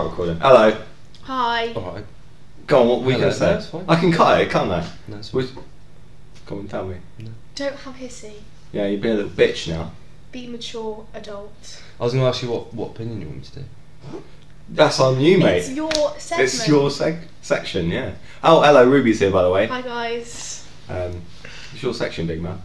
recording. Hello. Hi. All right. Go on. What were you Hello, going to say? that's fine. I can cut it, can't I? No, it's Which- Go on, tell me. Don't have hissy. Yeah, you're being a little bitch now. Be mature adult. I was going to ask you what, what opinion you want me to do. That's on you, mate. It's your segment. It's your seg- section, yeah. Oh, hello, Ruby's here, by the way. Hi guys. Um, it's your section, big man.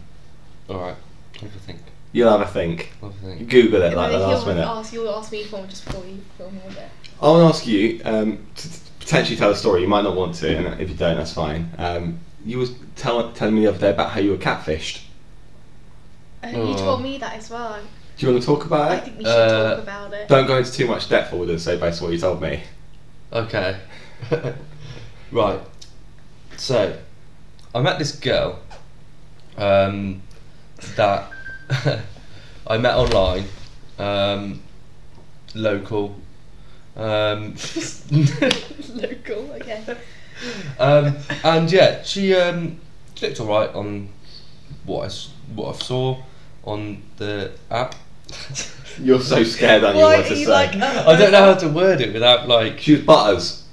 All right. Have a think. You'll have a think. Have a think. Google it like the Well, last he'll minute. Ask, you'll ask me for just before you film all day. I want to ask you um, to to potentially tell a story. You might not want to, and if you don't, that's fine. Um, you was tell, telling me the other day about how you were catfished. Uh, Oh. You told me that as well. Do you want to talk I about it? think we should Uh, talk about it. Don't go into too much depth, I would say, based on what you told me. Okay. right. So, I met this girl um, that I met online, um, local. Um, Local, okay. um, and yeah, she um, she looked alright on what I, s- what I saw on the app. You're so scared, aren't you? Why What are to you say? like? uh, I don't know how to word it without like. She was butters.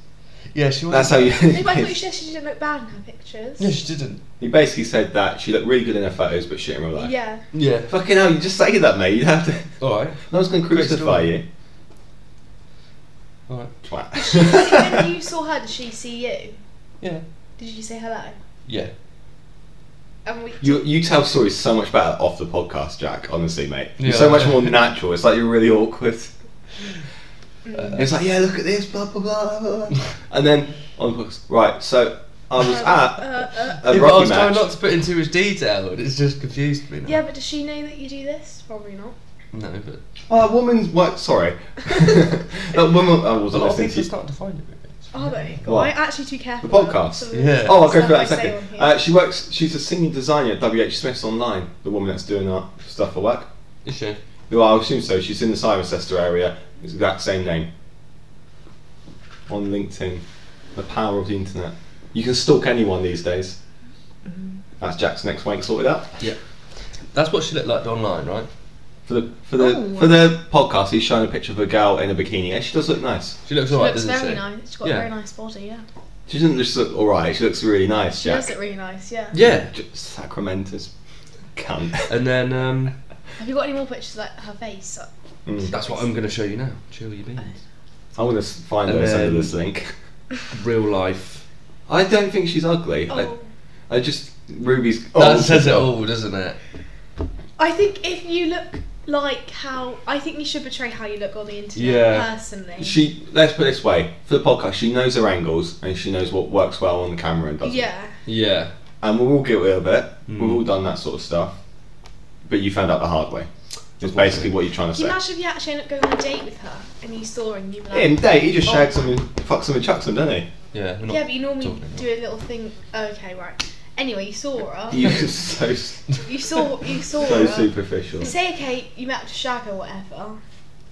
Yeah, she That's was. how you. Maybe I thought you said she didn't look bad in her pictures. No, she didn't. you basically said that she looked really good in her photos, but shit in real life. Yeah. Yeah. Fucking hell! You just say that, mate. You'd have to. Alright. No one's gonna Great crucify story. you. Alright. Twat. when you saw her, did she see you? Yeah. Did you say hello? Yeah. And we. You, you tell stories so much better off the podcast, Jack. Honestly, mate, you're so Yeah. much more natural. It's like you're really awkward. Mm. Uh, It's like, yeah, look at this, blah blah blah, blah. blah. and then on the podcast, right? So I was Uh, at uh, uh. a yeah, but I rugby was trying not match. to put into much detail, and it's just confused me. Now. Yeah, but does she know that you do this? Probably not. No, but Oh, a woman's what? Sorry, that woman. I a wasn't lot of listening to people you. start to find it. really. Are they? What? I'm actually too careful. The about podcast? some of Yeah. Oh, I'll go stuff through that in a I say on second. here. Uh, she works. She's a senior designer at WH Smith's online. The woman that's doing our stuff for work. Is she? Well, I assume so. She's in the Cirencester area. It's the exact same name. On LinkedIn. The power of the internet. You can stalk anyone these days. Mm-hmm. That's Jack's next wank sorted out. That's what she looked like online, right? For the for the Oh. for the podcast, he's showing a picture of a girl in a bikini. Yeah, she does look nice. She looks she alright, looks doesn't very she? nice. She's got Yeah. a very nice body, yeah. She doesn't just look alright. She looks really nice, She Jack. does look really nice, yeah. Yeah. Just sacramentous cunt. And then um, Have you got any more pictures like her face? Mm. that's what I'm going to show you now. Chill your beans. I'm gonna s- find And those under then- this link. Real life. I don't think she's ugly. Oh. I, I just Ruby's. that says it all, doesn't it? I think if you look like how I think you should portray how you look on the internet Yeah. personally. She let's put it this way for the podcast, she knows her angles and she knows what works well on the camera and doesn't. yeah. Yeah. And we're all guilty of it. Mm. We've all done that sort of stuff. But you found out the hard way. It's Unfortunately. basically what you're trying to Can you say. imagine if you actually end up going on a date with her and you saw her and you were like Him, Dave, he just Oh. shags him and fucks him and chucks him, doesn't he? Yeah. We're not Yeah, but you normally talking about- do a little thing okay, right. Anyway, you saw her. You're just so so you saw you saw her. superficial. Say okay, you met up to shag or whatever,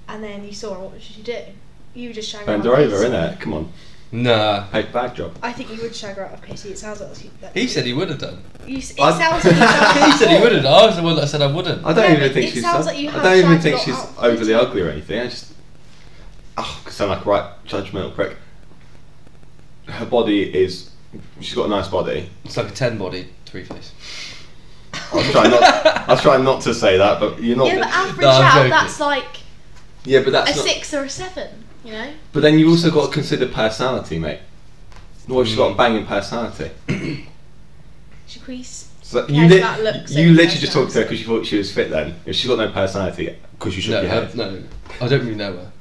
and then you saw her, what would you do? You would just shag her Bend out her of over, pity. innit? Come on, Nah. paid bag job. I think you would shag her out of pity. It sounds like you- that He said he would have done. you, s- it I'd- sounds like you He said he Oh. wouldn't. I was the one that said I wouldn't. I don't Yeah, even but think it she's. sounds that- like you I have don't even shagged think a lot she's out of overly pity. ugly or anything. I just. Oh, I sound like a right judgmental prick. Her body is. She's got a nice body. It's like a ten body three face. I was trying not. I was trying not to say that, but you're not. Yeah, but average No, I'm out, joking. that's like Yeah, but that's a not. six or a seven, you know? But then you also got to consider personality, mate. What if she's got a banging personality? Should we s- So Yeah, you li- that looks you over literally just talked to her personality. because you thought she was fit. Then if she's got no personality, because you shook No, your no, head. no, I don't really know her.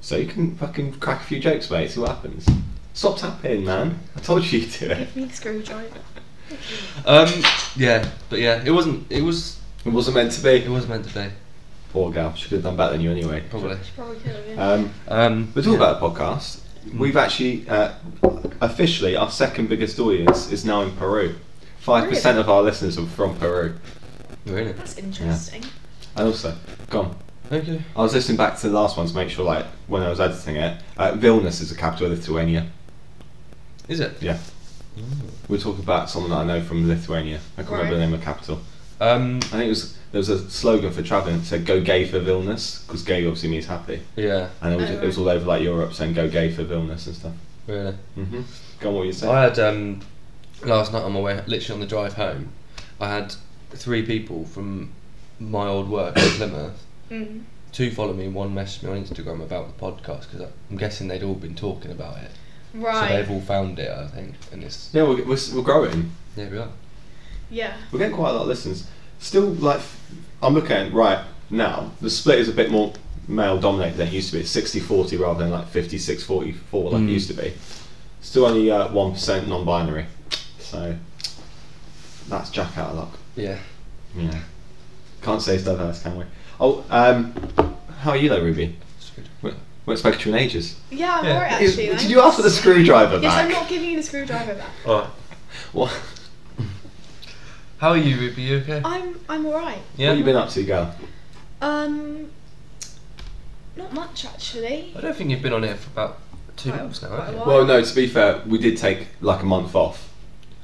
So you can fucking crack a few jokes, mate. See what happens. Stop tapping, man. I told you to do it. give me the screwdriver? Um, yeah, but yeah, it wasn't. It was. It wasn't meant to It be. was meant to be, Poor gal. She could have done better than you anyway. probably. She probably could have, yeah. Um, Um, we're talking about a podcast. We've actually uh, officially our second biggest audience is now in Peru. Five percent of our listeners are from Peru. Really? That's interesting. And also, gone. Okay. I was listening back to the last one to make sure, like, when I was editing it, uh, Vilnius is the capital of Lithuania. Is it? Mm. Yeah. We're talking about someone that I know from Lithuania. I can't remember the name of the capital. Um, I think it was there was a slogan for traveling that said "Go gay for Vilnius" because gay obviously means happy, Yeah, and it was, Oh, it was all over like Europe saying "Go gay for Vilnius" and stuff. really. hmm Go on, what you I saying? had um, last night on my way, literally on the drive home, I had three people from my old work in Plymouth. Mm. Two follow me, one messaged me on Instagram about the podcast because I'm guessing they'd all been talking about it. So Right. they've all found it, I think. And it's Yeah, we're, we're, we're growing. there we are. yeah. We're getting quite a lot of listens. Still, like, I'm looking at it right now. The split is a bit more male dominated than it used to be. It's 60 40 rather than like 56 44 like it Mm. used to be. Still only uh, 1% non binary. So that's Jack out of luck. Yeah. Yeah. Can't say it's diverse, can we? Oh, um, how are you though, Ruby? It's good. We're expecting you in ages. Yeah, I'm Yeah. alright Is- actually. did you ask for the screwdriver Yes, back? I'm not giving you the screwdriver back. Alright. What, How are you, Ruby? You okay? I'm I'm alright. what have you been up to, girl? Um, not much actually. I don't think you've been on here for about two Quite a- months now, quite a have you? while. Well, no, to be fair, we did take like a month off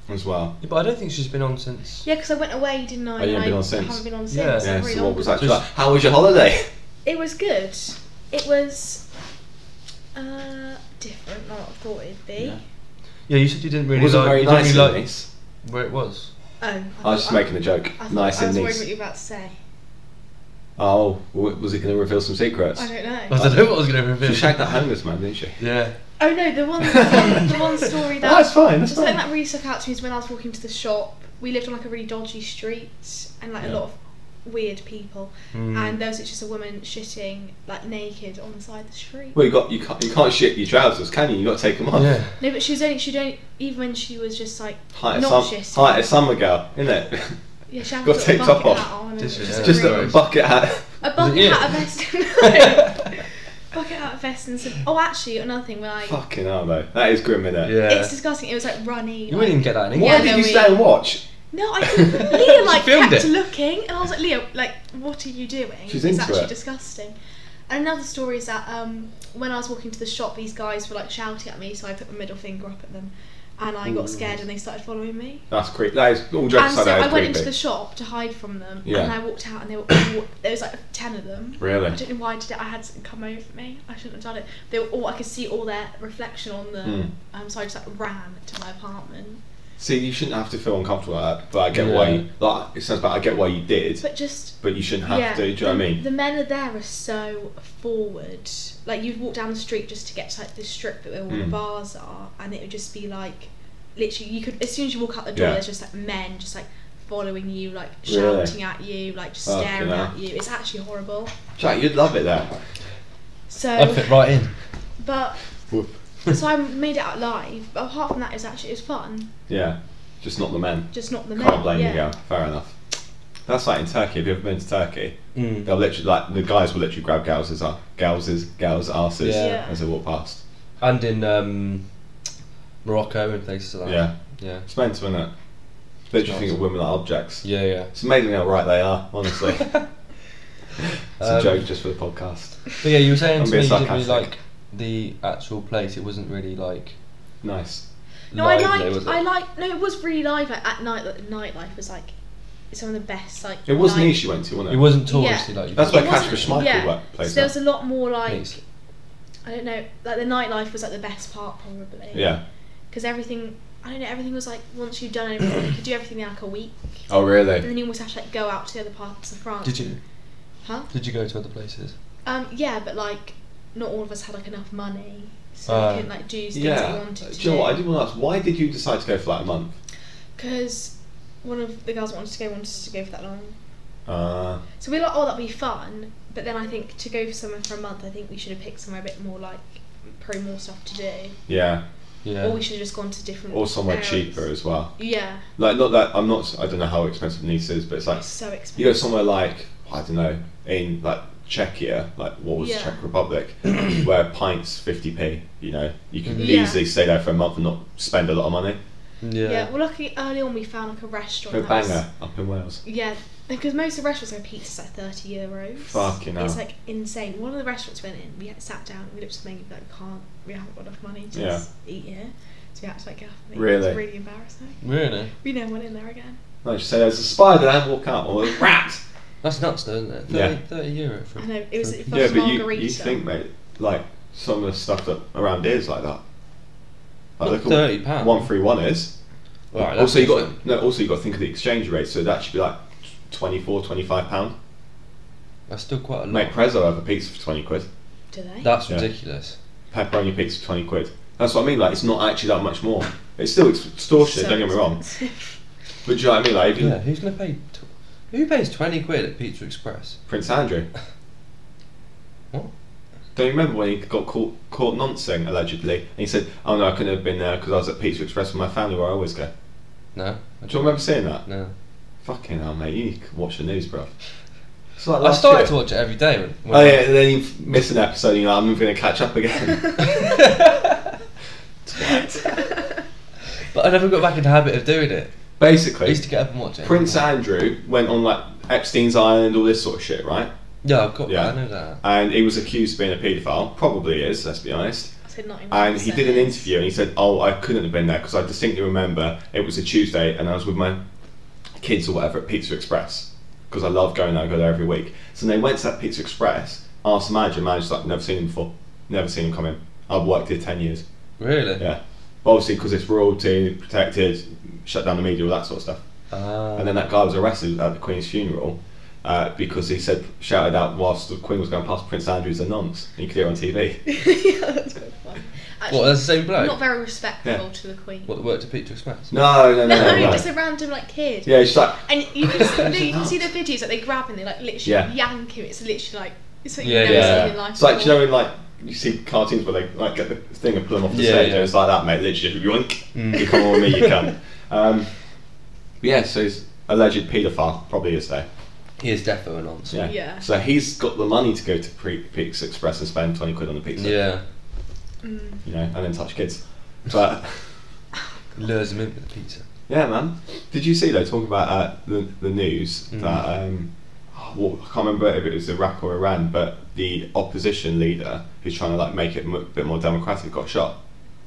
as well. Yeah, but I don't think she's been on since. Yeah, because I went away, didn't I? Oh, you haven't And been I on since. haven't been on since. Yeah. I've Yeah, really so what long was been- that? Just- like? How was your holiday? It was good. It was uh, different than what I thought it'd be. Yeah. Yeah, you said you didn't It really wasn't like. very you didn't nice. really like Nice. where it was. Oh, I, I was just thought- making a joke. I thought- nice in I was worried what Nice. you were about to say. Oh, w- was it going to reveal some secrets? I don't know. I don't know what I was going to reveal. She shagged that homeless man, didn't she? Yeah. Oh no, the one, the one, the one story that Oh, that's fine. That's Just something fine. that really stuck out to me is when I was walking to the shop. We lived on like a really dodgy street and like Yeah. a lot of weird people. Mm. Hmm. And uh, there was just a woman shitting like naked on the side of the street. Well, you got you can't you can't shit your trousers, can you? You got to take them off. Yeah. No, but she was only she don't even when she was just like Height of not some shitting. height of summer girl, isn't it? Yeah, she had Got a to take little top bucket off. hat on. And Just- it was yeah. Just a Gross. bucket hat. a bucket you? hat, a vest, and bucket hat, a vest, and some. Oh, actually, another thing when I Fucking hell, though. That is grim, isn't it? Yeah. it's disgusting. It was like runny. like- You wouldn't even get that in Why Yeah, England. did no, you we- stay and watch? No, I couldn't. Leah like She filmed kept it. looking, and I was like, Leah, like, what are you doing? She's it's into actually it. disgusting. And another story is that um, when I was walking to the shop, these guys were like shouting at me, so I put my middle finger up at them, and I got scared, and they started following me. That's creepy. That is all jokes and so aside. That I is went into the creepy. shop to hide from them, Yeah. and I walked out, and they were all, there was like ten of them. I Really? don't know why I did it. I had something come over me. I shouldn't have done it. They were all. I could see all their reflection on the. Mm. Um, so I just like ran to my apartment. See, you shouldn't have to feel uncomfortable like that, but I get Yeah. why. You, like, it sounds bad. I get why you did, But just but you shouldn't have to. Do you know the, what I mean? The men are there are so forward. Like you'd walk down the street just to get to like the strip that where all Mm. the bars are, and it would just be like, literally, you could as soon as you walk out the door, Yeah. there's just like men just like following you, like Really? shouting at you, like just Fucking staring hell. at you. It's actually horrible. Jack, you'd love it there. I'd So, fit right in. but Whoop. so I made it out live. But apart from that, it's actually it's fun. Yeah, just not the men. Just not the men. Can't blame yeah. you, girl. Fair enough. That's like in Turkey. Have you ever been to Turkey? Mm. They'll literally like the guys will literally grab gals' as gals' gals' asses Yeah. Yeah. as they walk past. And in um, Morocco and places like that. Yeah, Yeah. it's mental, isn't it? Literally think of women like objects. Yeah, yeah. It's amazing how right they are. Honestly, it's a Um, joke just for the podcast. But yeah, you were saying I'm to me being you didn't really like sarcastic. the actual place. It wasn't really like. Nice. No, lively, I liked. was it? I liked. No, it was really live. Like at night, like, the nightlife was like some of the best. Like It was night- niche you went to, wasn't it? It wasn't Yeah. touristy like you. That's thought. where It wasn't- Kasper Schmeichel yeah. worked- plays So there now. was a lot more like Thanks. I don't know, like the nightlife was like the best part probably. Yeah. Because everything, I don't know, everything was like once you've done everything, you could do everything in like a week, Oh and really? then you almost have to like go out to the other parts of France. Did you? Huh? Did you go to other places? Um, yeah, but like not all of us had like enough money, so Ah. we couldn't like do things that we Uh, Yeah. wanted to Do you know what? I did want to ask. Why did you decide to go for like a month? Because one of the girls wanted to go, wanted us to go for that long. Uh, So we were like, oh, that'd be fun. But then I think to go for somewhere for a month, I think we should have picked somewhere a bit more like probably more stuff to do. yeah. Yeah. Or we should have just gone to different. Or somewhere areas. cheaper as well. Yeah, Like not that I'm not. I don't know how expensive Nice is, but it's like it's so expensive. you go somewhere like I don't know in like Czechia, like what was Yeah. Czech Republic, where pints fifty p. You know, you can Mhm. Yeah. easily stay there for a month and not spend a lot of money. yeah. yeah. well, luckily early on we found like a restaurant. Go that was- banger up in Wales. yeah, because most of the restaurants are pizzas at thirty euros. Fucking It's hell. like insane. One of the restaurants we went in, we had sat down, we looked at the menu, we were like we can't, we haven't got enough money to Yeah. just eat here. So we had to like get off. and eat. Really? It was really embarrassing. Really? We never went in there again. No, just say there's a spider and walk out or a rat. That's nuts, though, isn't it? 30, Yeah. 30 euro for I know it was for- the first yeah, but you, margarita. you think, mate, like some of the stuff that around here is like that. Not look at £30. what One three one is. Alright, that's also, you different. got no. Also, you got to think of the exchange rate. So that should be like 24 25 pound. That's still quite a lot. Mate, Prezzo have a pizza for twenty quid. Do they? That's Yeah. ridiculous. Pepperoni pizza for twenty quid. That's what I mean. Like, it's not actually that much more. It's still extortionate. So don't get me wrong. expensive. But do you know what I mean? Like, if you- Yeah, who's gonna pay? T- who pays twenty quid at Pizza Express? Prince Andrew. What? Don't you remember when he got caught, caught noncing allegedly, and he said, "Oh no, I couldn't have been there because I was at Pizza Express with my family, where I always go." No, I Do you remember seeing that? No, Fucking hell, mate! You need to watch the news, bro. It's like I last started year. to watch it every day. When, when Oh yeah, and then you f- miss an episode, and you're like, "I'm going to catch up again." but I never got back into the habit of doing it. I Basically, used to get up and watch it. Prince Andrew went on like Epstein's Island, all this sort of shit, right? Yeah, I've got. Yeah. I know that. And he was accused of being a paedophile. Probably is. Let's be honest. I said not in And he person. did an interview and he said, Oh, I couldn't have been there because I distinctly remember it was a Tuesday and I was with my kids or whatever at Pizza Express because I love going there, I go there every week. So they went to that Pizza Express, asked the manager, manager's like, Never seen him before, never seen him come in. I've worked here 10 years. Really? Yeah. But obviously, because it's royalty, protected, shut down the media, all that sort of stuff. Ah. And then that guy was arrested at the Queen's funeral. Uh, because he said, shouted out whilst the Queen was going past Prince Andrew's a nonce. And you could hear it on TV. yeah, that's quite fun. Actually, what? That's the same bloke. not very respectful Yeah. to the Queen. what worked at Pizza Express? No, no, no, No, no. no. just a random like kid. Yeah, she's like, And you can see, no, you can nuts. see the videos that they grab and they like literally Yeah. yank him. It's literally like it's something Yeah, you've never seen in Yeah, life. it's like do you before. know in like you see cartoons where they like get the thing and pull them off the Yeah, stage. yeah. Mm. And it's like that, mate. Literally, yoink. You come on me, you can. Um, but yeah, so he's alleged paedophile, probably is though. He is definitely a nonce. Yeah. Yeah. So he's got the money to go to Pre- Pizza Express and spend twenty quid on the pizza. Yeah. Mm. You know, and then touch kids. But Lures him in with the pizza. yeah, man. Did you see though? Talking about uh, the the news Mm. that. Um, oh, well, I can't remember if it was Iraq or Iran, but the opposition leader who's trying to like make it a bit more democratic got shot.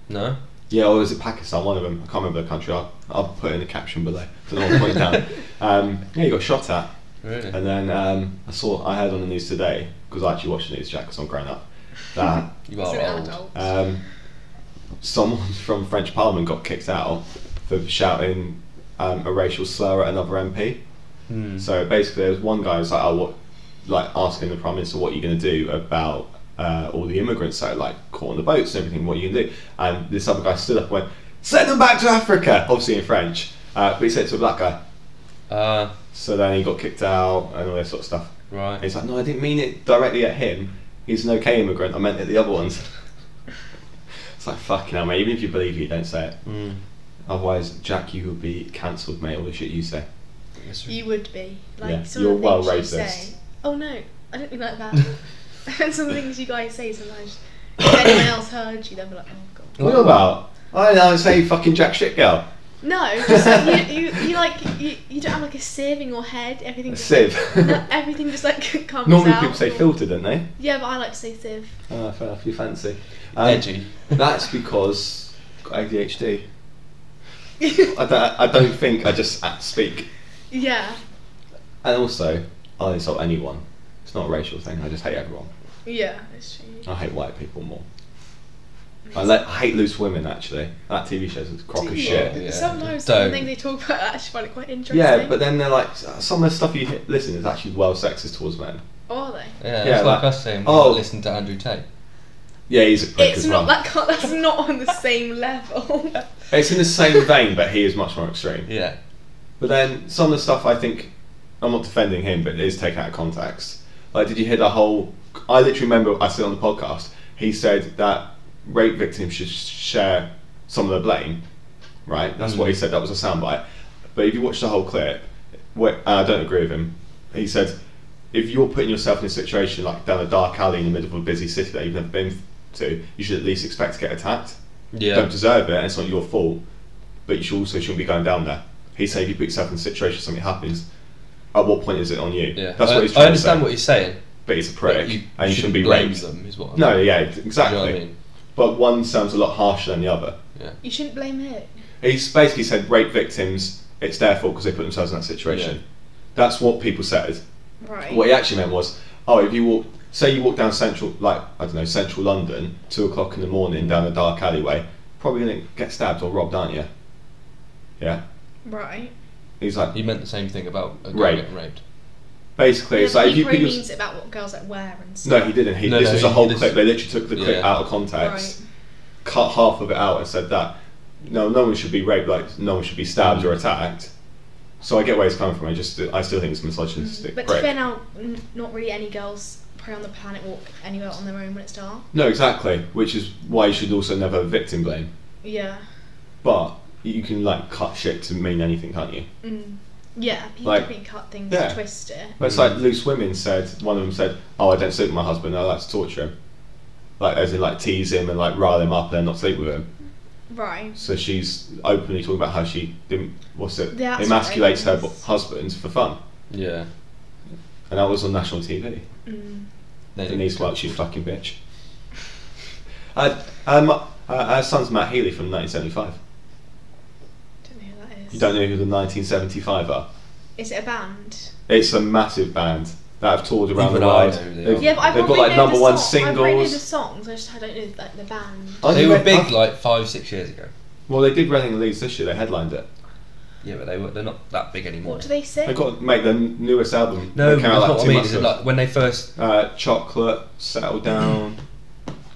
No. Yeah, or is it Pakistan? One of them. I can't remember the country. I'll, I'll put it in the caption below. So no one point down. Um, yeah, you got shot at. Really? And then um, I saw, I heard on the news today, because I actually watched the news, Jack, because I'm grown up, that you It's are an old. adult. um, someone from French Parliament got kicked out for shouting um, a racial slur at another MP. Hmm. So basically, there was one guy who was like, "Oh, what?" Like asking the prime minister, "What are you going to do about uh, all the immigrants that are like caught on the boats and everything? What are you going to do?" And this other guy stood up and went, "Send them back to Africa," obviously in French. Uh, but he said it to a black guy. Ah. So then he got kicked out and all this sort of stuff. And right. he's like, "No, I didn't mean it directly at him. He's an okay immigrant. I meant it the other ones." it's like fucking hell, mate. Even if you believe it, you don't say it. Mm. Otherwise, Jack, you will be cancelled, mate. All the shit you say. You would be like Yeah, some you're of the well things you racist. say. Oh no, I don't mean like that. and some of the things you guys say sometimes, if anyone else heard you, they'd be like, oh god. What about? I don't say fucking jack shit, girl. No, just like, you, you, you like you, you don't have like a sieve in your head. Everything. A just, sieve. no, everything just like comes Normally out. people say filter, don't they? Yeah, but I like to say sieve. Ah, fair enough, you fancy. Um, Edgy. That's because I've got ADHD. I don't, I don't think I just act- speak. yeah, And also, I'll insult anyone. It's not a racial thing, I just hate everyone. yeah, it's true. I hate white people more. I, le- I hate loose women, actually. That TV show's a crock Do of you? shit. Yeah. Sometimes Don't. the things they talk about, I actually find it quite interesting. Yeah, but then they're like, some of the stuff you hit, listen is actually well sexist towards men. Oh, are they? Yeah, Yeah, it's like, like- us saying, oh. oh, listen to Andrew Tate. Yeah, he's a prick it's as not well. that. Can't, that's not on the same level. It's in the same vein, but he is much more extreme. Yeah. But then some of the stuff I think I'm not defending him, but it is taken out of context. Like, did you hear the whole? I literally remember I said on the podcast. He said that rape victims should share some of the blame. Right, that's what he said. That was a soundbite. But if you watch the whole clip, wh- and I don't agree with him. He said, if you're putting yourself in a situation like down a dark alley in the middle of a busy city that you've never been to, you should at least expect to get attacked don't Yeah. deserve it and it's not your fault, but you should also shouldn't be going down there. He said if you put yourself in a situation something happens, at what point is it on you? Yeah. That's I, what he's I trying understand to say. what he's saying. but he's a but prick and you shouldn't be blame raped. them, is what I No, mean. yeah, Do you know what exactly. I mean? But one sounds a lot harsher than the other. you shouldn't blame it. He's basically said rape victims, it's their fault because they put themselves in that situation. Yeah. That's what people said. Right. What he actually meant was, oh, if you walk, say you walk down central, like I don't know, central London, two o'clock in the morning down a dark alleyway, probably gonna get stabbed or robbed, aren't you? Yeah. Right. He's like, He meant the same thing about a girl Rape. getting raped. basically, it's Yeah, but like if he you put probably your, means it about what girls like wear and stuff. no, he didn't. He, No, this no, was a he- whole this- clip. They literally took the clip Yeah. out of context, cut half of it out, and said that no, no one should be raped, like no one should be stabbed or attacked. So I get where he's coming from. I just, I still think it's misogynistic. But to be prick. fair now, n- not really any girls prey on the planet walk anywhere on their own when it's dark. No, exactly. Which is why you should also never victim blame. Yeah. But you can like cut shit to mean anything, can't you? Mm. Yeah. People Like- definitely cut things Yeah. to twist it. But it's like loose women said. One of them said, "Oh, I don't sleep with my husband. I like to torture him." Like as in like tease him and like rile him up and then not sleep with him. Right. So she's openly talking about how she didn't. What's it? That's emasculates her outrageous. bo- husband for fun, Yeah. and that was on national TV. Mm. They Denise Welch, you fucking bitch. Uh, um, uh, our son's Matt Healy from 1975. Don't know who that is. You don't know who the 1975 are? Is it a band? It's a massive band that have toured around Even the I world. know who they They've, are. Yeah, but I they've probably got like know number the one song. I probably know the singles. songs. I just I don't know like the band. Oh, They you were read- big oh, like five, six years ago. well, they did Reading and Leeds this year. They headlined it. Yeah, but they were they're not that big anymore. What do they sing? They got to make their newest album. no, they that's came not out, what I two mean. months Is it ago. like when they first? uh, Chocolate, Settle Down.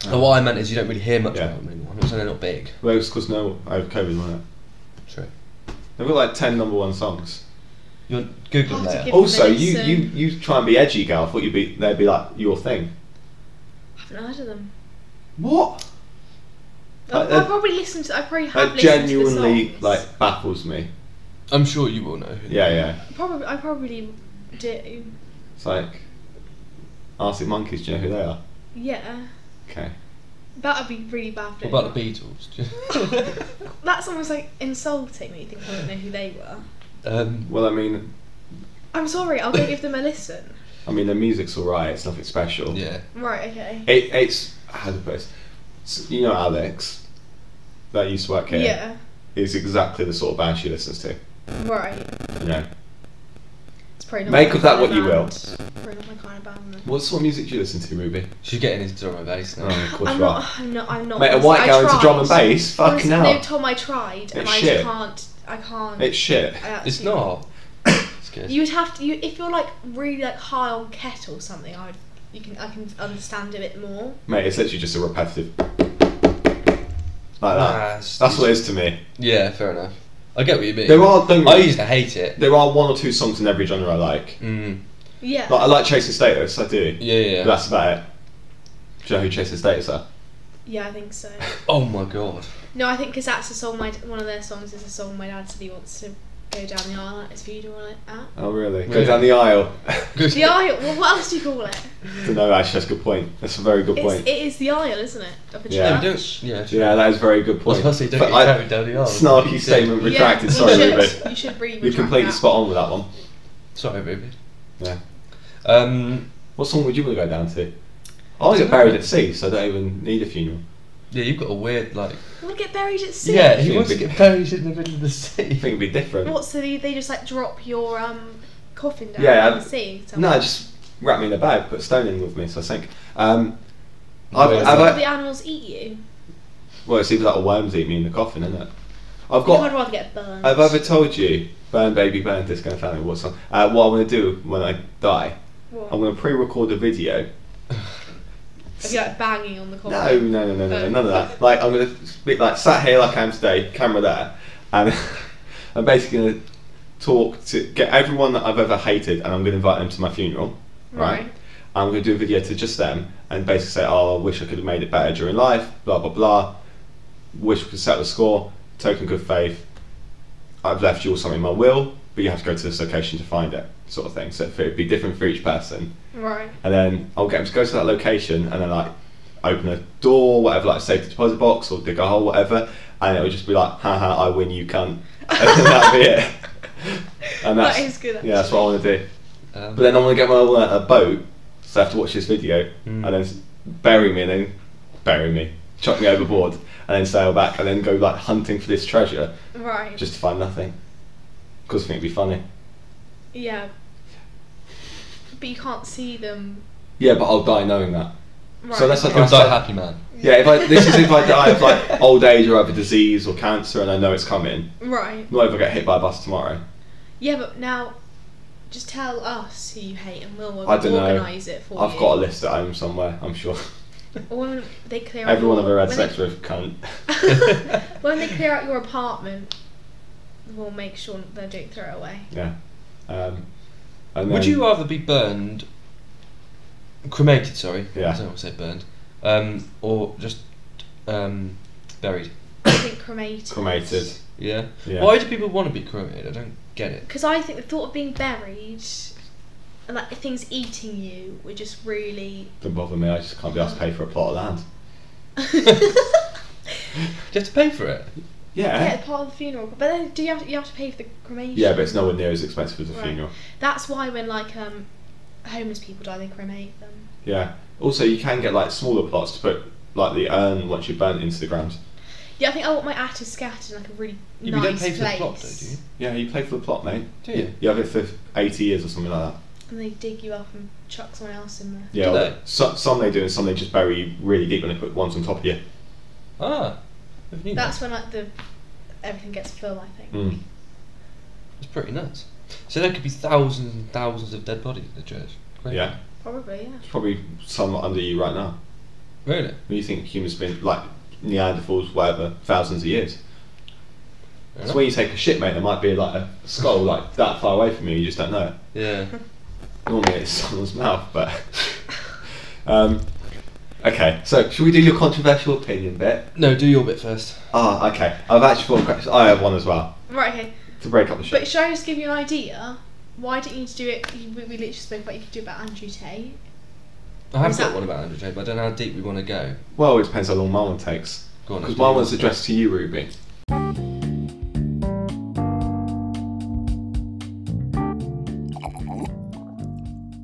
Oh, what I meant is you don't really hear much Yeah. about them anymore. I'm not saying they're not big. Well, it's because no, I have COVID on it. True. They've got like ten number one songs. You're googling Hard to there. give- Also, minutes, you, um, you you try and be edgy, gal. I thought you'd be they'd be like your thing. I haven't heard of them. What? I, Uh, I probably listened to. I probably have That listened to the genuinely songs. like baffles me. I'm sure you will know. Who they Yeah, are. yeah. Probably, I probably do. It's like Arctic Monkeys. Do you know who they are? Yeah, Okay. that would be really bad. What about the Beatles? That's almost like insulting when you think I don't know who they were. um, Well, I mean, I'm sorry. I'll go give them a listen. I mean, the music's alright. It's nothing special. yeah. Right. Okay. It, it's how to put this. S- You know, Alex, that used to work here, Yeah. is exactly the sort of band she listens to. Right. You know, It's probably not Make my of that kind what you will. band. Probably not my kind of band. then. what sort of music do you listen to, Ruby? She's getting into drum and bass now. Oh, of course I'm you are. not. I'm not. I'm not. Mate, a honestly, white I girl into tried. drum and bass, fucking Honestly, No, hell, Tom, I tried, and It's I shit. just can't. I can't. it's shit. I actually, It's not. It's good. You would have to. You, if you're like really like high on kettle or something, I would. You can. I can understand a bit more. Mate, it's literally just a repetitive like that. Nah, Ah, it's- That's what it is to me. Yeah, fair enough. I get what you mean. There are don't I used to hate it. there are one or two songs in every genre I like. Mm. Yeah. Like I like Chasing Status, I do. Yeah, yeah. But that's about it. Do you know who Chasing Status are? yeah, I think so. oh my god. No, I think because that's a song. My one of their songs is a song my dad said he wants to go down the aisle at his funeral at. Oh really? Go Really? down the aisle. Good. The aisle. Well, what else do you call it? no, actually, that's a good point. That's a very good It's, point. it is the aisle, isn't it? Of a Yeah. No, church. don't. Yeah. Sure. Yeah, that is a very good I was point. about to say, don't But get I- carried down the aisle. snarky statement Yeah, retracted. you Sorry, should, Ruby. You should really. You're retract completely that. spot on with that one. Sorry, Ruby. Yeah. Um. What song would you want to go down to? I want to get buried at sea, so I don't even need a funeral. Yeah, you've got a weird like. You want to get buried at sea. Yeah, he Seems wants a to bit- get buried in the middle of the I think sea. it'd be different. What? So they, they just like drop your um coffin down Yeah, in I- the sea. No, somewhere? just wrap me in a bag, put a stone in with me, so I sink. Um, I've, Where's I've, uh, Will that? i the animals eat you? well, it seems like the worms eat me in the coffin, isn't it? I've I'd got. rather get burned. I've ever told you, burn baby burn, disco inferno. What song? Uh, what I'm gonna do when I die? What? I'm gonna pre-record a video. If you're like banging on the coffin. No, no, no, no, no, none of that. Like I'm gonna be like sat here like I am today, camera there, and I'm basically gonna talk to get everyone that I've ever hated, and I'm gonna invite them to my funeral. Right. I'm going to do a video to just them and basically say, oh, I wish I could have made it better during life, blah, blah, blah. Wish we could settle the score, token good faith. I've left you all something in my will, but you have to go to this location to find it, sort of thing. So if it'd be different for each person. Right. And then I'll get them to go to that location and then, like, open a door, whatever, like, safety deposit box or dig a hole, whatever. And it'll just be like, haha, I win, you cunt. And then that'll be it. And That that's, is good, Yeah, that's what I want to do. Um, But then I want to get my uh, a boat, so I have to watch this video and Mm. then s- bury me and then bury me, chuck me overboard, and then sail back and then go like hunting for this treasure Right. just to find nothing. Because I think it'd be funny. yeah. but you can't see them. Yeah, but I'll die knowing that. Right. So that's like- You'll die happy, man. Yeah, if I, this is if I die of like oh. old age or I have a disease or cancer and I know it's coming. right. Not if I get hit by a bus tomorrow. Yeah, but now, just tell us who you hate, and we'll I dunno. organise it for I've you. got a list at home somewhere, I'm sure. Or When they clear out Everyone I've your- ever had when sex with cunt. They, when they clear out your apartment, we'll make sure they don't throw it away. Yeah. Um, and Would then- you rather be burned, cremated? Sorry, Yeah. I don't want to say burned, um, or just um, buried. I think cremated. cremated? Yeah? Yeah. Why do people want to be cremated? I don't get it. Because I think the thought of being buried and like things eating you would just really. Don't bother me. I just can't be asked to pay for a plot of land. You have to pay for it. Yeah. yeah, part of the funeral. But then, do you have to, you have to pay for the cremation? Yeah, but it's nowhere near as expensive as a Right. funeral. That's why when like um, homeless people die, they cremate them. Yeah. Also, you can get like smaller plots to put like the urn once you burn it into the ground. Yeah, I think I want my ashes scattered in like a really You nice don't pay for place. the plot, though, do you? Yeah, you pay for the plot, mate. Do you? You have it for 80 years or something like that. And they dig you up and chuck someone else in there. Yeah. Do well, they? So, some they do, and some they just bury you really deep and they put ones on top of you. Ah, never knew That's that. when like the everything gets full. I think. Hmm. Mm. It's pretty nuts. So there could be thousands and thousands of dead bodies in the church. Great. Yeah. Probably, yeah. There's probably some under you right now. Really? When you think humans been like Neanderthals, whatever, thousands of years. Fair So enough. when you take a shit, mate, there might be like a skull like that far away from you. You just don't know. it. Yeah. Normally it's someone's mouth, but um, okay. So should we do your controversial opinion bit? No, do your bit first. Ah, okay. I've actually thought questions. I have one as well Right. Okay. to break up the show. But should I just give you an idea? Why didn't you do it? You, we we literally spoke about you could do it about Andrew Tate. I have Is got that- one about Andrew Tate, but I don't know how deep we want to go. Well, it depends how long my one takes. Go on. Because Andrew. my one's addressed to you, Ruby.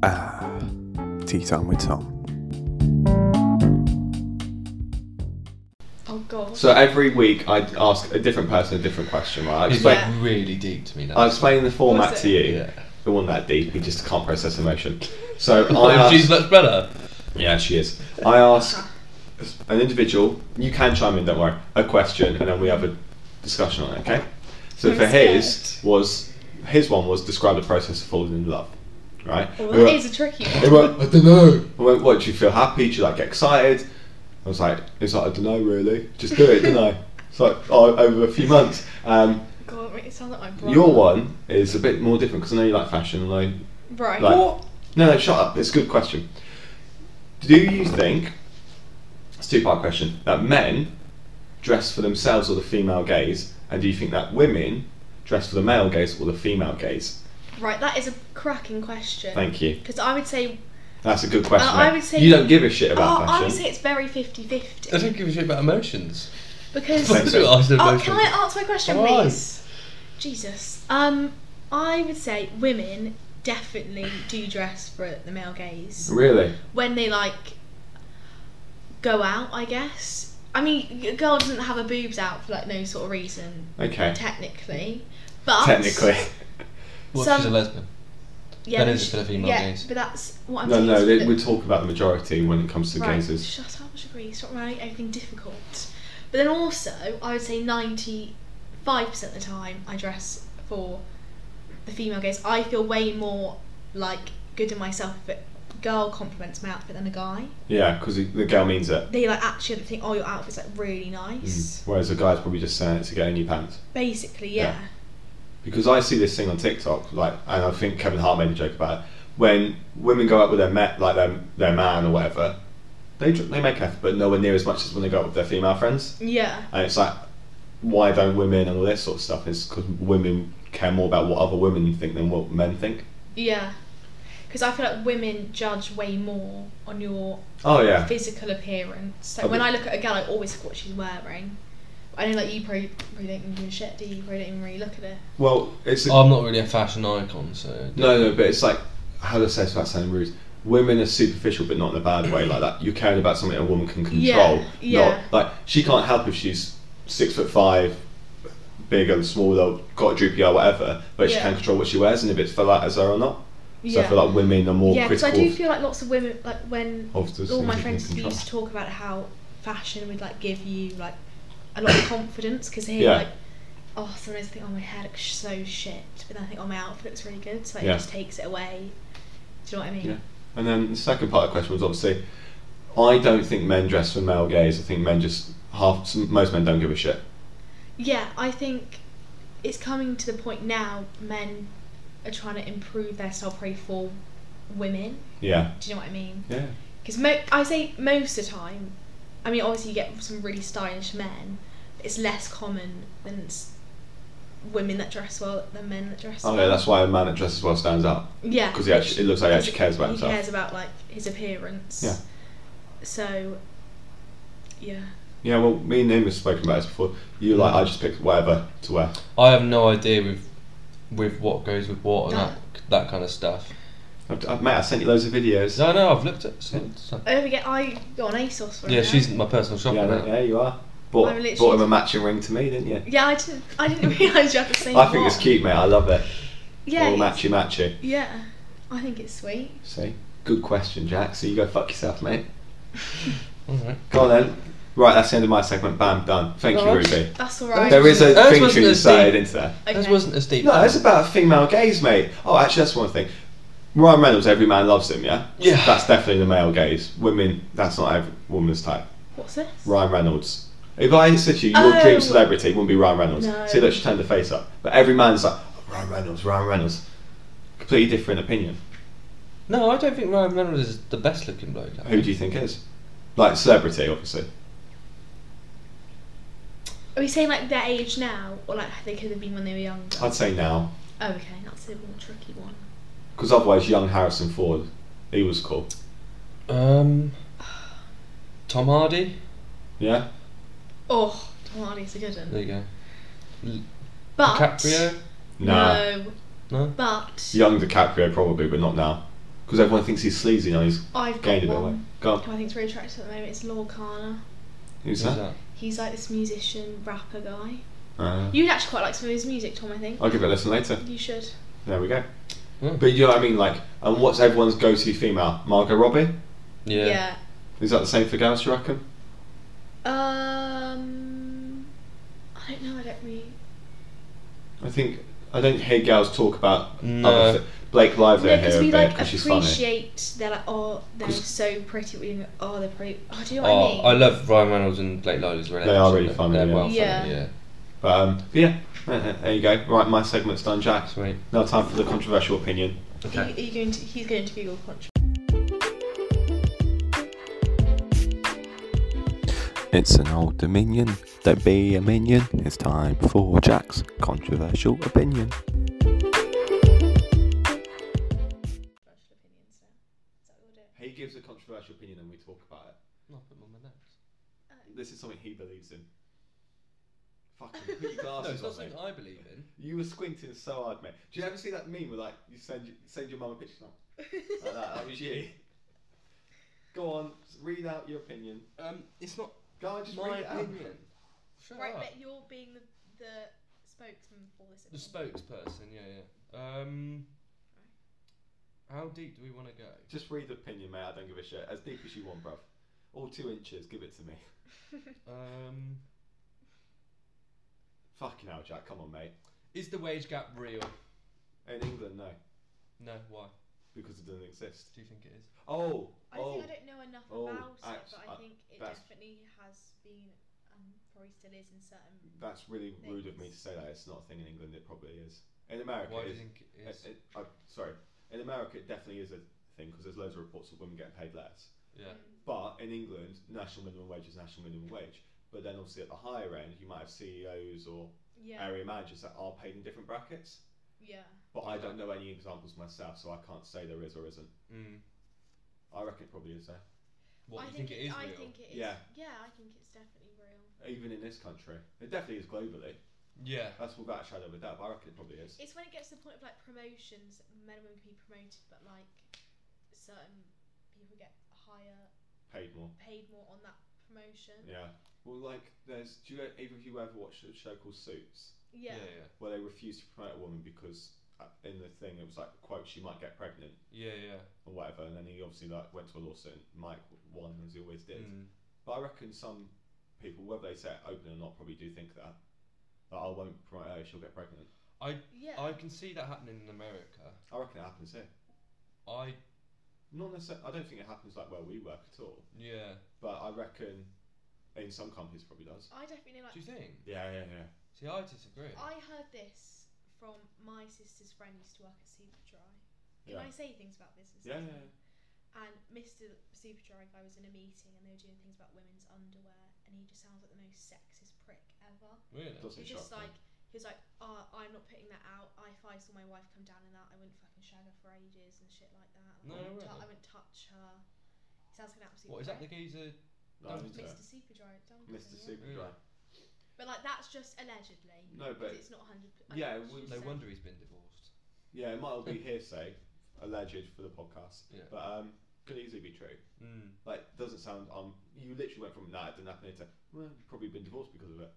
Ah, Tea Time with Tom. Oh God. So every week I ask a different person a different question. Right? I It's explain, like really deep to me now. I explain the format Was it? to you. yeah. It wasn't that deep. He just can't process emotion. So I Oh, ask, she's much better. Yeah, she is. I ask an individual, you can chime in, don't worry, a question and then we have a discussion on it, okay? So I'm for his scared. was his one was describe the process of falling in love. Right? Well, We that went- is a tricky we one. went, I don't know. I went, what, do you feel happy? Do you like get excited? I was like, it's like, I don't know really. Just do it, don't I? It's like, oh, over a few months. Um, God, it sounds like my brother. your one is a bit more different because I know you like fashion and I Right. Like- No, no, shut up. It's a good question. Do you think, it's a two part question, that men dress for themselves or the female gaze, and do you think that women dress for the male gaze or the female gaze? Right. That is a cracking question. Thank you. Because I would say, That's a good question. Uh, I mate. would say- you don't give a shit about oh, I would fashion. say it's very I 50-50. don't give a shit about emotions. Because Thanks. so. Ask them Oh, emotions. can I answer my question, Come on. please? Jesus. Um, I would say women definitely do dress for the male gaze Really? when they like go out. I guess. I mean, a girl doesn't have her boobs out for like no sort of reason, Okay. technically. But Technically. Well, Some- she's a lesbian. yeah, That but is sh- for the female yeah, gaze. But that's what I'm No, saying. no, is they, that- we talk about the majority when it comes to right, gazes. Shut up, Shabri. Stop making everything difficult. But then also, I would say 95% of the time I dress for the female gaze. I feel way more like good in myself if a girl compliments my outfit than a guy. Yeah, because the girl means it. Mm. They like actually think, oh, your outfit's like really nice. Whereas the guy's probably just saying it to get a new pants. Basically, Mm. Yeah. yeah. because I see this thing on TikTok, like, and I think Kevin Hart made a joke about it. When women go out with their met, like their, their man or whatever, they dr- they make effort, but nowhere near as much as when they go out with their female friends. Yeah. And it's like, why don't women and all this sort of stuff? It's because women care more about what other women think than what men think. Yeah. Because I feel like women judge way more on your Oh yeah, physical appearance. I Like when mean- I look at a girl, I always look at what she's wearing. I know, like you probably, probably don't even give a shit, do you? You Probably don't even really look at it. well it's a, I'm not really a fashion icon, so. no no, but it's like how do I say this without sounding rude? Women are superficial, but not in a bad way like that. You're caring about something a woman can control. Yeah, yeah. Not like she can't help if she's six foot five, bigger and smaller, got a droopy eye, whatever. But she Yeah. can control what she wears and if it fell out as her or not. So I feel like women are more yeah, because critical I do of- feel like lots of women, like when of the all my things friends you can used to trust. talk about how fashion would like give you like a lot of confidence because here Yeah. like oh sometimes I think oh my hair looks so shit but then I think oh my outfit looks really good so like, Yeah. it just takes it away. Do you know what I mean? Yeah. And then the second part of the question was obviously, I don't think men dress for male gaze. I think men just half some, most men don't give a shit. Yeah, I think it's coming to the point now men are trying to improve their style probably for women. Yeah. Do you know what I mean? Yeah. Because mo- I say most of the time, I mean, obviously you get some really stylish men, but it's less common than s- women that dress well than men that dress Oh well. yeah, that's why a man that dresses well stands out Yeah. because he actually it looks like he actually cares about he himself. cares about, like, his appearance. Yeah. So, yeah. Yeah. Well, me and him have spoken about this before. You like I just pick whatever to wear. I have no idea with with what goes with what and No. that that kind of stuff. I've, I've, mate, I sent you loads of videos. No, no, I've looked at. Some, some. I forget, I got an ASOS one. Yeah, now. she's my personal shopper Yeah, now. no, yeah, you are. Bought, I'm literally- bought him a matching ring to me, didn't you? Yeah, I didn't, I didn't realise you had the same I think it's one. cute, mate. I love it. Yeah. All it's- matchy matchy. Yeah. I think it's sweet. See, good question, Jack. So you go fuck yourself, mate. Alright. Go on then. Right, that's the end of my segment. Bam, done. Thank you, Alright. Ruby. That's alright. There is a Ours thing wasn't tree as inserted deep. into that. This Okay. wasn't as deep. No, it's about female gaze, mate. Oh, actually, that's one thing. Ryan Reynolds, every man loves him, yeah? Yeah. That's definitely the male gaze. Women, that's not every woman's type. What's this? Ryan Reynolds. If I said to you, your Oh. dream celebrity wouldn't be Ryan Reynolds. No. See, look, she turned her face up. But every man's like, oh, Ryan Reynolds, Ryan Reynolds. Completely different opinion. No, I don't think Ryan Reynolds is the best looking bloke. I Who do you think is? Like, celebrity, obviously. Are we saying like their age now, or like they could have been when they were younger? I'd say now. Oh, okay, that's a more tricky one. Because otherwise, young Harrison Ford, he was cool. Um, Tom Hardy. Yeah? Oh, Tom Hardy's a good one. There you go. But DiCaprio. Nah. no, No. but Young DiCaprio, probably, but not now. Because everyone thinks he's sleazy now. He's I've got gained a bit of weight. one Go on. who I think's really attractive at the moment. It's Lord Kana. Who's Who's that? He's like this musician rapper guy. Uh, You'd actually quite like some of his music, Tom. I think I'll give it a listen later. you should. There we go. Yeah. But you know what I mean? Like, and what's everyone's go to female? Margot Robbie? Yeah. Is that the same for girls, do you reckon? Um, I don't know. I don't really. I think. I don't hear girls talk about No. other thi- Blake Lively No, here because a we bit like 'cause she's funny. appreciate. They're like, oh, they're 'Cause- so pretty. We think, oh, they're pretty. Oh, do you know what I Oh, mean? I love Ryan Reynolds and Blake Lively's relationship. are really They're- funny, They're yeah. well funny, Yeah. yeah. But, um, but yeah, uh, uh, there you go. Right, my segment's done, Jack. Sweet. Now time for the controversial opinion. Are you- are you going to, he's going to Google Contra. It's an old Dominion. Don't be a minion. It's time for Jack's controversial opinion. He gives a controversial opinion and we talk about it. This is something he believes in. Fucking put your No, glasses it's not on, mate. something I believe in. You were squinting so hard, mate. Do you ever see that meme where like you send you send your mum a picture like, like Uh, that? That was you. Go on, s- read out your opinion. Um, it's not Go on, just my read it out. opinion. Shut Right, up. but you're being the, the spokesman for this. The spokesperson, yeah, yeah. Um, how deep do we want to go? Just read the opinion, mate. I don't give a shit. As deep as you want, bruv. All two inches. Give it to me. Um, Fucking hell, Jack. Come on, mate. is the wage gap real? In England, no, No. Why? because it doesn't exist. Do you think it is? Oh, I oh. think I don't know enough oh, about abs- it, but uh, I think it that's- definitely has been and probably still is in certain. That's really rude of me to say that. It's not a thing in England. It probably is. In America, Why do it you is. think it It, is? it, I, sorry. In America, it definitely is a thing because there's loads of reports of women getting paid less. Yeah. But in England, national minimum wage is national minimum wage. But then obviously at the higher end, you might have CEOs or Yeah. area managers that are paid in different brackets. Yeah. But I don't know any examples myself, so I can't say there is or isn't. Mm. I reckon it probably is there. I What do you think, it is I real? think it is. Yeah. I think it's definitely real. Even in this country, it definitely is globally. Yeah. That's without a shadow of a doubt. But I reckon it probably is. It's when it gets to the point of like promotions, men and women can be promoted, but like certain people get higher, Paid more. paid more on that promotion. Yeah. Well, like there's. Do you either of you ever watched a show called Suits, Yeah. Yeah. yeah. where they refuse to promote a woman because uh, in the thing it was like quote she might get pregnant Yeah, yeah. or whatever, and then he obviously like went to a lawsuit. And Mike won as he always did. Mm. But I reckon some people, whether they say it openly or not, probably do think that. That I won't promote her, she'll get pregnant. I Yeah. I can see that happening in America. I reckon it happens here. I Not necessarily. I don't think it happens like where we work at all. yeah. But I reckon in some companies probably does. I definitely know, like Do you think? Yeah, yeah, yeah. See, I disagree. I heard this from my sister's friend who used to work at Superdry. Can Yeah. I say things about businesses? Yeah, yeah, yeah. And Mr. Superdry guy was in a meeting and they were doing things about women's underwear and he just sounds like the most sexist prick ever. really? Does- He Doesn't was just shock me. like he was like, oh, I'm not putting that out. I if I saw my wife come down in that, I wouldn't fucking shag her for ages and shit like that. Like, No, I, wouldn't really? I wouldn't touch her. He sounds like an absolute. What is that? The prick. geezer? No, I Mr. need to- Mr. Superdry. Dumb Mr. thing, yeah. Superdry. Yeah. But like that's just allegedly. No, but- because it's not 100. Yeah, it would- No wonder he's been divorced. Yeah, it might all be hearsay, alleged for the podcast. Yeah. But um, could easily be true. Mm. Like, it doesn't sound. Um, you literally went from that it didn't happen here to well, you've probably been divorced because of it.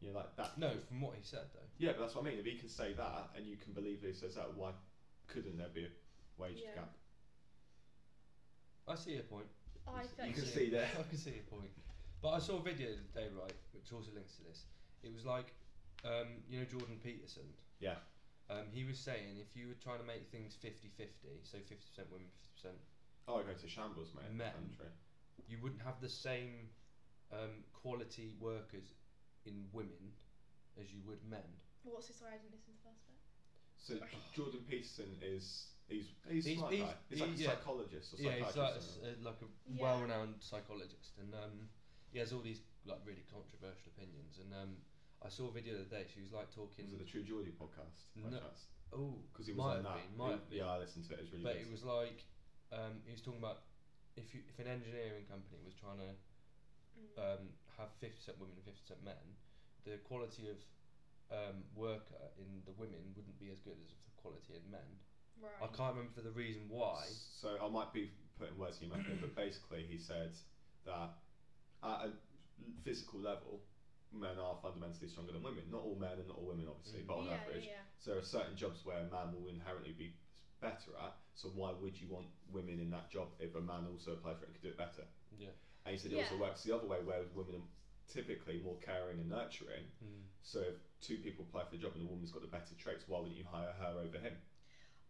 You know, like that. No, from what he said though. Yeah, but that's what I mean. If he can say that and you can believe that he says that, why couldn't there be a wage Yeah. gap? I see your point. I You think can so. see that. I can see your point. But I saw a video the other day, right, which also links to this. It was like, um, you know, Jordan Peterson. Yeah. Um, he was saying if you were trying to make things 50-50, so fifty percent women, fifty percent, Oh, I go to shambles, mate. Men. Country. you wouldn't have the same um, quality workers in women as you would men. What's it? Sorry, I didn't listen to the first bit. So Jordan Peterson is he's he's, He's- he's, he's- guy. he's like a he- yeah. psychologist or Yeah, he's psychiatrist. like a, or s- something. uh, like a Yeah. well-renowned psychologist, and um, he has all these like really controversial opinions. And um, I saw a video the other day. She was like talking. was it the True Geordie podcast? No. because oh, he was might on have that. been, might He- have been. Yeah, I listened to it. It was really But good. it was like um, he was talking about if you, if an engineering company was trying to Mm. um, have fifty percent women and fifty percent men, the quality of um, worker in the women wouldn't be as good as the quality in men. Mm, right. I can't remember for the reason why. So I might be putting words in your mouth, here, but basically he said that at a physical level, men are fundamentally stronger than women. Not all men and not all women, obviously, Mm. but on Yeah, average, yeah, yeah. so there are certain jobs where a man will inherently be better at. So why would you want women in that job if a man also applied for it and could do it better? Yeah. And he said it Yeah. also works the other way, where women are typically more caring and nurturing. So if two people apply for the job and the woman's got the better traits, why wouldn't you hire her over him?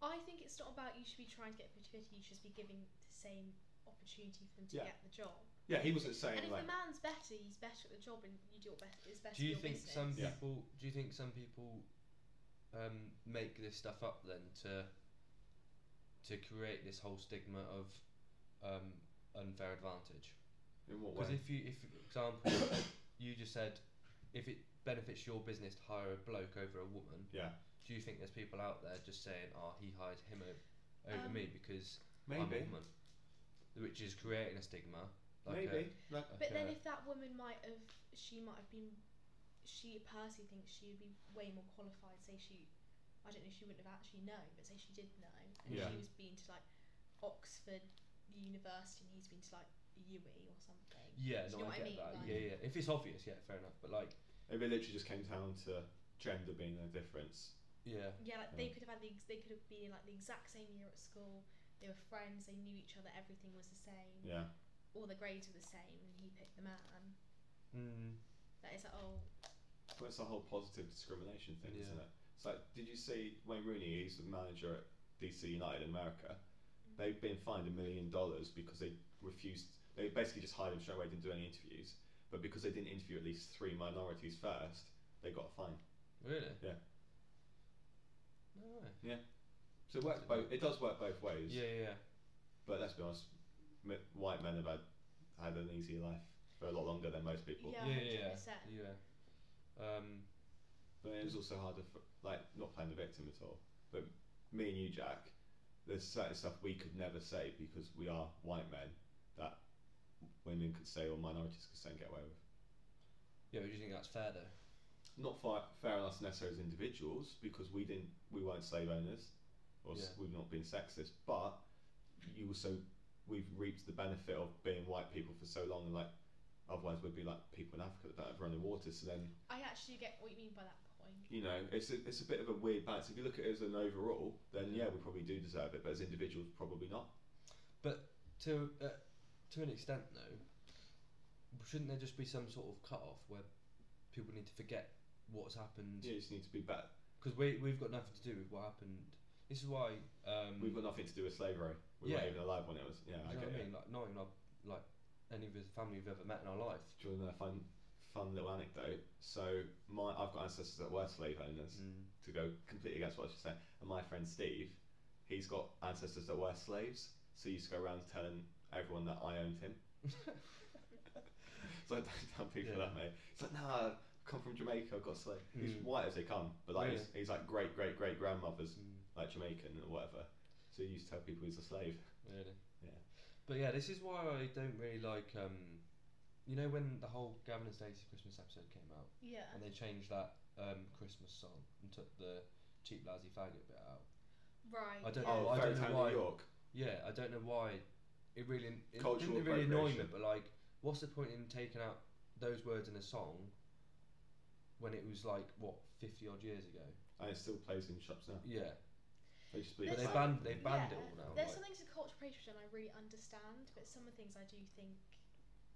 I think it's not about you should be trying to get 50 50, you should just be giving the same opportunity for them to Yeah. get the job. Yeah, he wasn't saying And if like the man's better, he's better at the job and you do what best, is best Do for your you think business. some Yeah. people? Do you think some people um, make this stuff up then to to create this whole stigma of um, unfair advantage? in what Because way? if you, if for example, you just said if it benefits your business to hire a bloke over a woman, yeah. do you think there's people out there just saying, "Oh, he hired him over, over Um, me because I'm a Maybe. woman," which is creating a stigma? Like a- Maybe. No. like But then a- if that woman might have, she might have been, she personally thinks she would be way more qualified. Say she, I don't know, she wouldn't have actually known, but say she did know, and Yeah. she was been to like Oxford University, and he's been to like UWE or something. yeah, Do no, you know I what get I mean? that. Like- yeah, yeah. If it's obvious, yeah, fair enough. But like, Maybe uh, it literally just came down to gender being no difference. yeah, Yeah, like they Mm. Yeah. could have had the ex- they could have been in like the exact same year at school. They were friends. They knew each other. Everything was the same. Yeah. All the grades were the same, and he picked the man. mm, That is like, oh, Well, it's the whole positive discrimination thing, Yeah. isn't it? It's like, did you see Wayne Rooney? He's the manager at DC United in America. They've been fined a million dollars because they refused. They basically just hired him straight away, didn't do any interviews. But because they didn't interview at least three minorities first, they got a fine. really, Yeah. no way. Yeah. So it works both. It does work both ways. Yeah, yeah, yeah. But let's be honest, m- white men have had had an easy life for a lot longer than most people. Yeah, yeah, yeah, 100%. yeah. Um, But it was also harder for like not playing the victim at all. But me and you, Jack, there's certain stuff we could never say because we are white men that women could say or minorities could say and get away with. yeah, but do you think that's fair though? Not fair, fair on us necessarily as individuals because we didn't, we weren't slave owners, or s Yeah. we've not been sexist. But you also, we've reaped the benefit of being white people for so long, and like otherwise we'd be like people in Africa that don't have running water. So then I actually get what you mean by that point. you know, it's a, it's a bit of a weird balance. If you look at it as an overall, then yeah, we probably do deserve it, but as individuals, probably Mm. not. But to uh, to an extent, though, shouldn't there just be some sort of cut off where people need to forget what's happened? You just need to be better. Because we we've got nothing to do with what happened. This is why um, We've got nothing to do with slavery. We Yeah. weren't even alive when it was. Yeah, you I know get what I it. mean? Like not even our, like any of his family we've ever met in our life. Do you want to know a fun, fun little anecdote? So my, I've got ancestors that were slave owners. Mm. To go completely against what I was just saying, and my friend Steve, he's got ancestors that were slaves, so he used to go around telling everyone that I owned him. So I don't tell people Yeah. that, mate. It's like, nah, I come from Jamaica, I've got slaves. He's Mm. white as they come, but like Yeah. he's, he's like great great great grandmother's Mm. like Jamaican or whatever. So he used to tell people he's a slave. Really. Yeah. But yeah, this is why I don't really like. Um, you know when the whole Gavin and Stacey Christmas episode came out, Yeah. and they changed that um, Christmas song and took the cheap lousy faggot bit out. Right. I don't yeah. Oh, know, I Fairy don't know Tale why. New York. Yeah, I don't know why. It really it Cultural didn't really annoy me, appropriation. but like, what's the point in taking out those words in a song when it was like what fifty odd years ago? And it still plays in shops now. Yeah, They just but bleed they There's- banned they banned it all now. There's like, some things in cultural appropriation I really understand, but some of the things I do think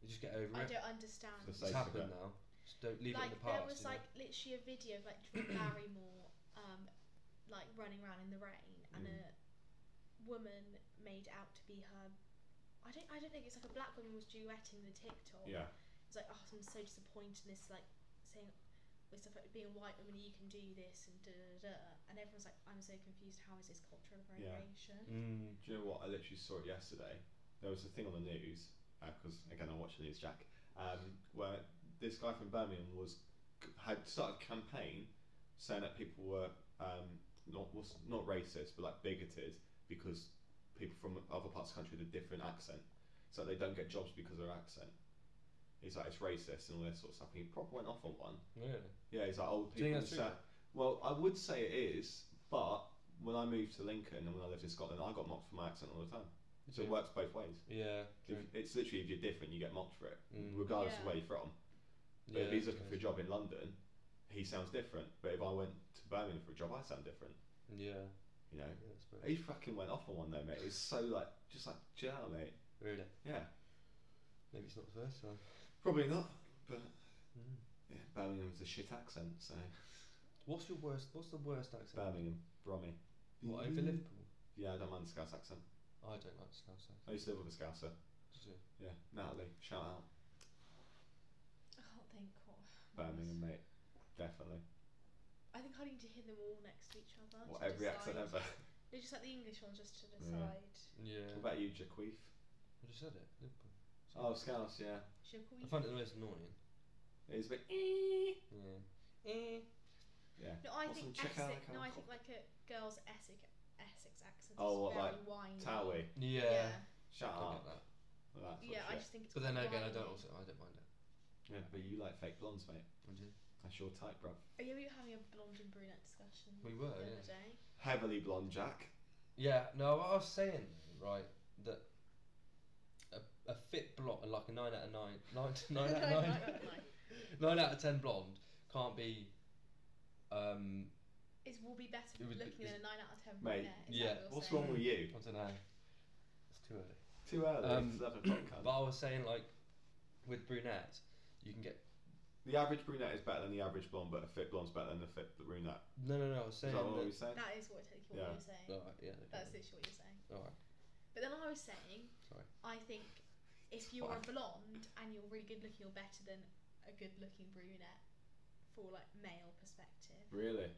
you just get over I it. don't understand. The It's same. happened now. Just don't leave it in like the past. there was you know? like literally a video of like Drew Barrymore, um, like running around in the rain, and Mm. a woman made out to be her. I don't. I don't think it's like a black woman was duetting the TikTok. Yeah. It's like oh, I'm so disappointed in this. Like saying. With stuff like being a white woman, you can do this and da da da, and everyone's like, "I'm so confused. How is this cultural Yeah. appropriation?" Mm. Do you know what? I literally saw it yesterday. There was a thing on the news because again I watch the news, Jack. Um, where this guy from Birmingham was had started a campaign saying that people were um, not was not racist but like bigoted because people from other parts of the country had a different accent, so they don't get jobs because of their accent. He's like it's racist and all this sort of stuff. And he proper went off on one. Really? Yeah, he's like "Oh, old Do you people. think that's and stuff. Well, I would say it is, but when I moved to Lincoln and when I lived in Scotland, I got mocked for my accent all the time. So it works both ways. Yeah. True. If, it's literally if you're different, you get mocked for it, Mm. regardless of Yeah. where you're from. But yeah, if he's that's looking for a true. job in London, he sounds different. But if I went to Birmingham for a job, I sound different. Yeah. You know, yeah that's better. he fucking went off on one though, mate. It's so like just like chill out, mate. Really? Yeah, Maybe it's not the first time. probably not. But Mm. yeah, Birmingham's a shit accent, so What's your worst? What's the worst accent? Birmingham, Brommy. What over Mm. Liverpool? Yeah, I don't mind the Scouse accent. I don't like Scouse accent. I used to live with a Scouser. Did you? Yeah, Natalie, shout out. I can't think. What, Birmingham, mate. Definitely. I think I need to hear them all next to each other. What, to every accent decide. ever. They're just like the English ones, just to Yeah. decide. Yeah. What about you, Jaqueef? I just said it. Liverpool. Oh, Scouse, yeah. Should we? I find it the most annoying. It's a bit. "Eh." Yeah. Eh. Yeah. No, I Awesome, think check out Essex. the No, I car. think like a girl's Essex Essex accent. Oh, what, is very like whiny. Towie. Yeah. Yeah, Shut I get up. that. Well, that sort of yeah. I shit. just think it's. But then quite again, I whiny. don't also I don't mind it. Yeah, but you like fake blondes, mate. That's your type, bruv. Oh, yeah, we were having a blonde and brunette discussion. We were, The Oh, yeah. other day. Heavily blonde, Jack. Yeah. No, what I was saying right that a, a fit blonde like a nine out of nine, nine, nine out of nine, No, no, no. nine out of ten blonde can't be. Um, It will be better It would be- looking than a nine out of ten Mate, brunette. yeah. What's wrong with I you? don't know. It's too early. Too early. Um, it's 11 o'clock, cunt. But I was saying like, with brunettes, you can get The average brunette is better than the average blonde, but a fit blonde's better than a fit brunette. no, no, no. I was Is saying that what that- we saying? That is what technically Yeah. what you're saying. Alright, yeah. okay. That's literally what you're saying. Alright, But then I was saying, sorry. I think if you're a blonde and you're really good looking, you're better than a good looking brunette for like male perspective. Really?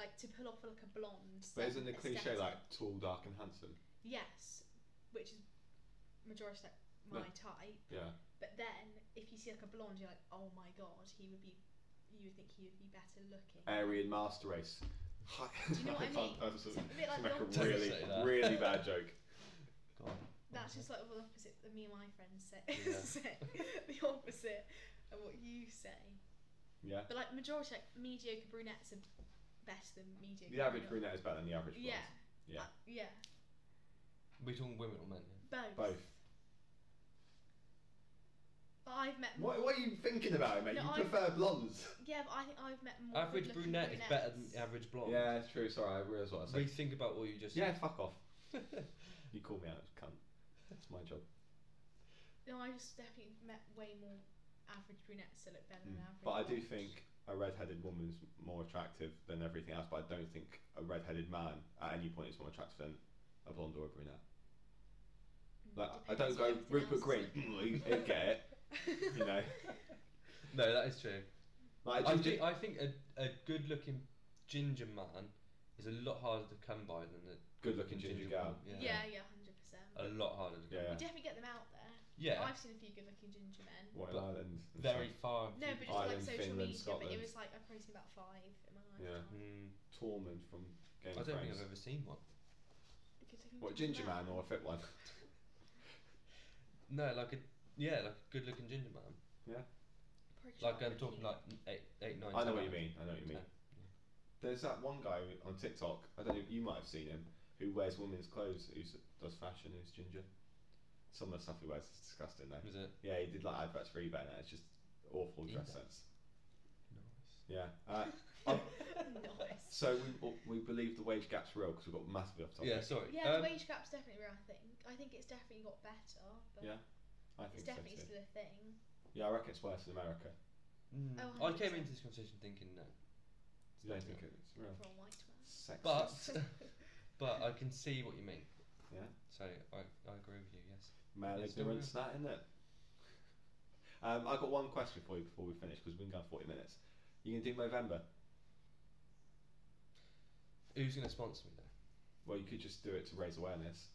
Like to pull off like a blonde. But isn't the certain cliche aesthetic- like tall, dark, and handsome? Yes, which is majority like my No. type. Yeah. But then if you see like a blonde, you're like, oh my god, he would be. You would think he would be better looking. Aryan master race. Hi- Do you know what I mean? can't- I just- It's a bit like make a Doctor Who. really, Say that. really bad joke. Go on. That's just like the opposite that me and my friends say. Yeah. say the opposite of what you say. Yeah. But like majority, like mediocre brunettes are better than mediocre. The average brunette is better than the average blonde. Yeah. Yeah. Uh, yeah. we talking women or men? Both. Both. But I've met. What, what are you thinking about it, mate. No, you I- prefer blondes. Yeah, but I think I've met more. Average good-looking brunette is better than brunettes. average blonde. Yeah, it's true. Sorry, I realised what I said. Rethink about what you just Yeah, fuck off. said. You call me out, cunt. That's my job. No, I just definitely met way more average brunettes that look better than average. Hmm. But I do blondes. think a red-headed woman's more attractive than everything else. But I don't think a red-headed man at any point is more attractive than a blonde or a brunette. Like, I don't Mm, Depends what go everything Rupert Green. mm, else you get it, is. you know. no, that is true. Like, I ginger- think, I think a, a good looking ginger man is a lot harder to come by than a Good looking ginger gal. woman, yeah, yeah, hundred percent. A lot harder to come Yeah. You by. definitely get them out there. Uh, Yeah. I've seen a few good-looking ginger men. White but Island. Very far. No, but just like Ireland, social Finland, media. But Scotland. it was like I've probably seen about five in my Yeah. lifetime. Mm, Tormund from Game of I don't think Thrones. I've ever seen one. Good-looking What ginger man or a fit one? No, like a yeah, like a good looking ginger man. yeah, Probably Like I'm sharp-looking. talking like eight, eight, nine. I know ten. what you mean. I know what you mean. There's that one guy on TikTok. I don't know. You might have seen him. Who wears women's clothes? Who does fashion? Who's ginger? Some of the stuff he wears is disgusting, though. Is it Yeah, he did like adverts for eBay, and that. it's just awful dress eBay. sense. nice? Yeah. Uh, um, nice. so we we believe the wage gap's real because we got massively off topic. Yeah, sorry. Yeah, Um, the wage gap's definitely real. I think. I think it's definitely got better. But Yeah, I think It's so too. definitely still a thing. Yeah, I reckon it's worse in America. mm, Oh, I came 100%. into this conversation thinking no, Hmm. You don't think it's real? For a white man. Sexist. but but I can see what you mean. yeah. So I, I agree with you. Yes. Male It's still ignorance, that isn't it? Um, I've got one question for you before we finish because we've been going 40 minutes. You can do November. Who's gonna sponsor me though? Well, you could just do it to raise awareness.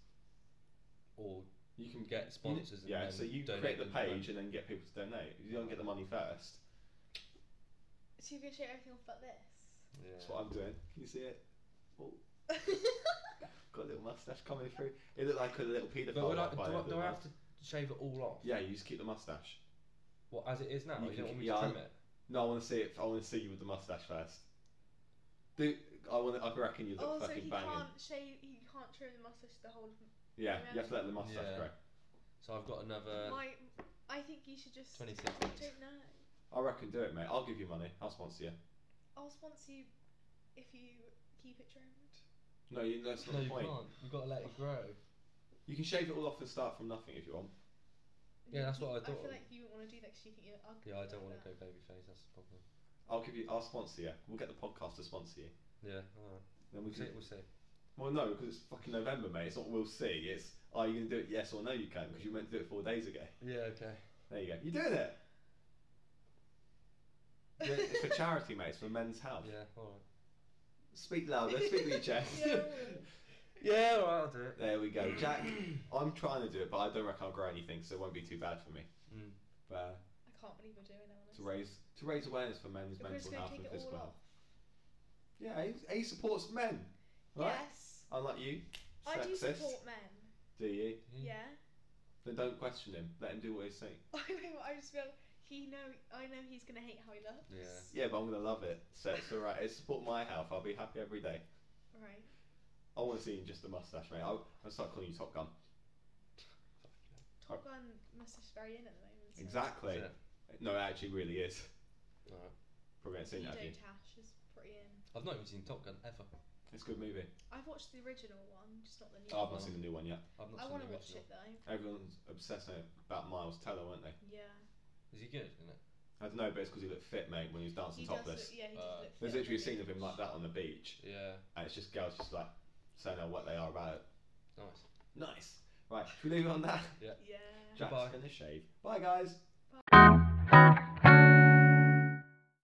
Or You can Get sponsors and yeah, then so you donate create the them to page them. and then get people to donate. You don't get the money first. So you're gonna share everything off but this? yeah. That's what I'm doing. Can you see it? Oh, got a little mustache coming through. It looked like a little paedophile. But would I, by do, the I, end do of I the have to month. shave shave it all off? Yeah, you just keep the mustache. What as it is now? You You, can don't want me keep- to yeah. trim it. No, I want to see it. I want to see you with the mustache first. Do I want? I reckon you look oh, so fucking he banging. can't shave. He can't trim the mustache the whole. Of Yeah, Yeah. you have to let the mustache Yeah. grow. So I've got Uh, another my, I think you should just. 26 I days. don't know. I reckon do it, mate. I'll give you money. I'll sponsor you. I'll sponsor you if you keep it trimmed. No, you, that's not No, the you point. can't. You've got to let it grow. You can shave it all off and start from nothing if you want. Yeah, that's what I I thought. feel like you wouldn't want to do that because you think you're ugly. Yeah, I like don't want that. to go baby face. That's the problem. I'll give you. I'll sponsor you. We'll get the podcast to sponsor you. Yeah. All Then we right. See, can. we'll see. Well, no, because it's fucking November, mate. It's not we'll see. It's are you going to do it? Yes or no? You can because you meant to do it four days ago. Yeah. Okay. There you go. You're doing it. Yeah, it's for charity, mate. It's for men's health. Yeah. All right. Speak louder. Speak with your chest. Yeah. Yeah. All right. I'll do it. There we go, Jack. I'm trying to do it, but I don't reckon I'll grow anything, so it won't be too bad for me. Mm. But uh, I can't believe we're doing that. to Honestly. raise to raise awareness for men's If we're mental just gonna health take and it all physical health. off. Yeah, he, he supports men. Right? Yes, Unlike you, sexist. I do support men. Do you? Yeah. Then don't question him. Let him do what he's saying. I know. I just feel he know. I know he's gonna hate how he looks. Yeah. Yeah, but I'm gonna love it. So it's alright. It's support my health. I'll be happy every day. Right. I want to see you in just a mustache, mate. I'll, I'll start calling you Top Gun. Top Gun mustache is very in at the moment. So Exactly. Is No, it actually really is. All right. Probably haven't seen You that. have you? don't Tash is pretty in. I've not even seen Top Gun ever. It's a good movie. I've watched the original one, just not the new Oh, I've one. not seen the new one yet. I've not I seen want the to watch original. it though. Everyone's obsessed about Miles Teller, weren't they? Yeah. Is he good in it? I don't know, but it's because he looked fit, mate, when he was dancing He does topless. look, yeah, he Uh, does look. There's fit. literally a scene of him like that on the beach, Yeah. and it's just girls just like saying out what they are about it. Nice. Nice. Right, should we leave it on that? Yeah. Yeah. Jack's Goodbye. gonna shave. Bye, guys.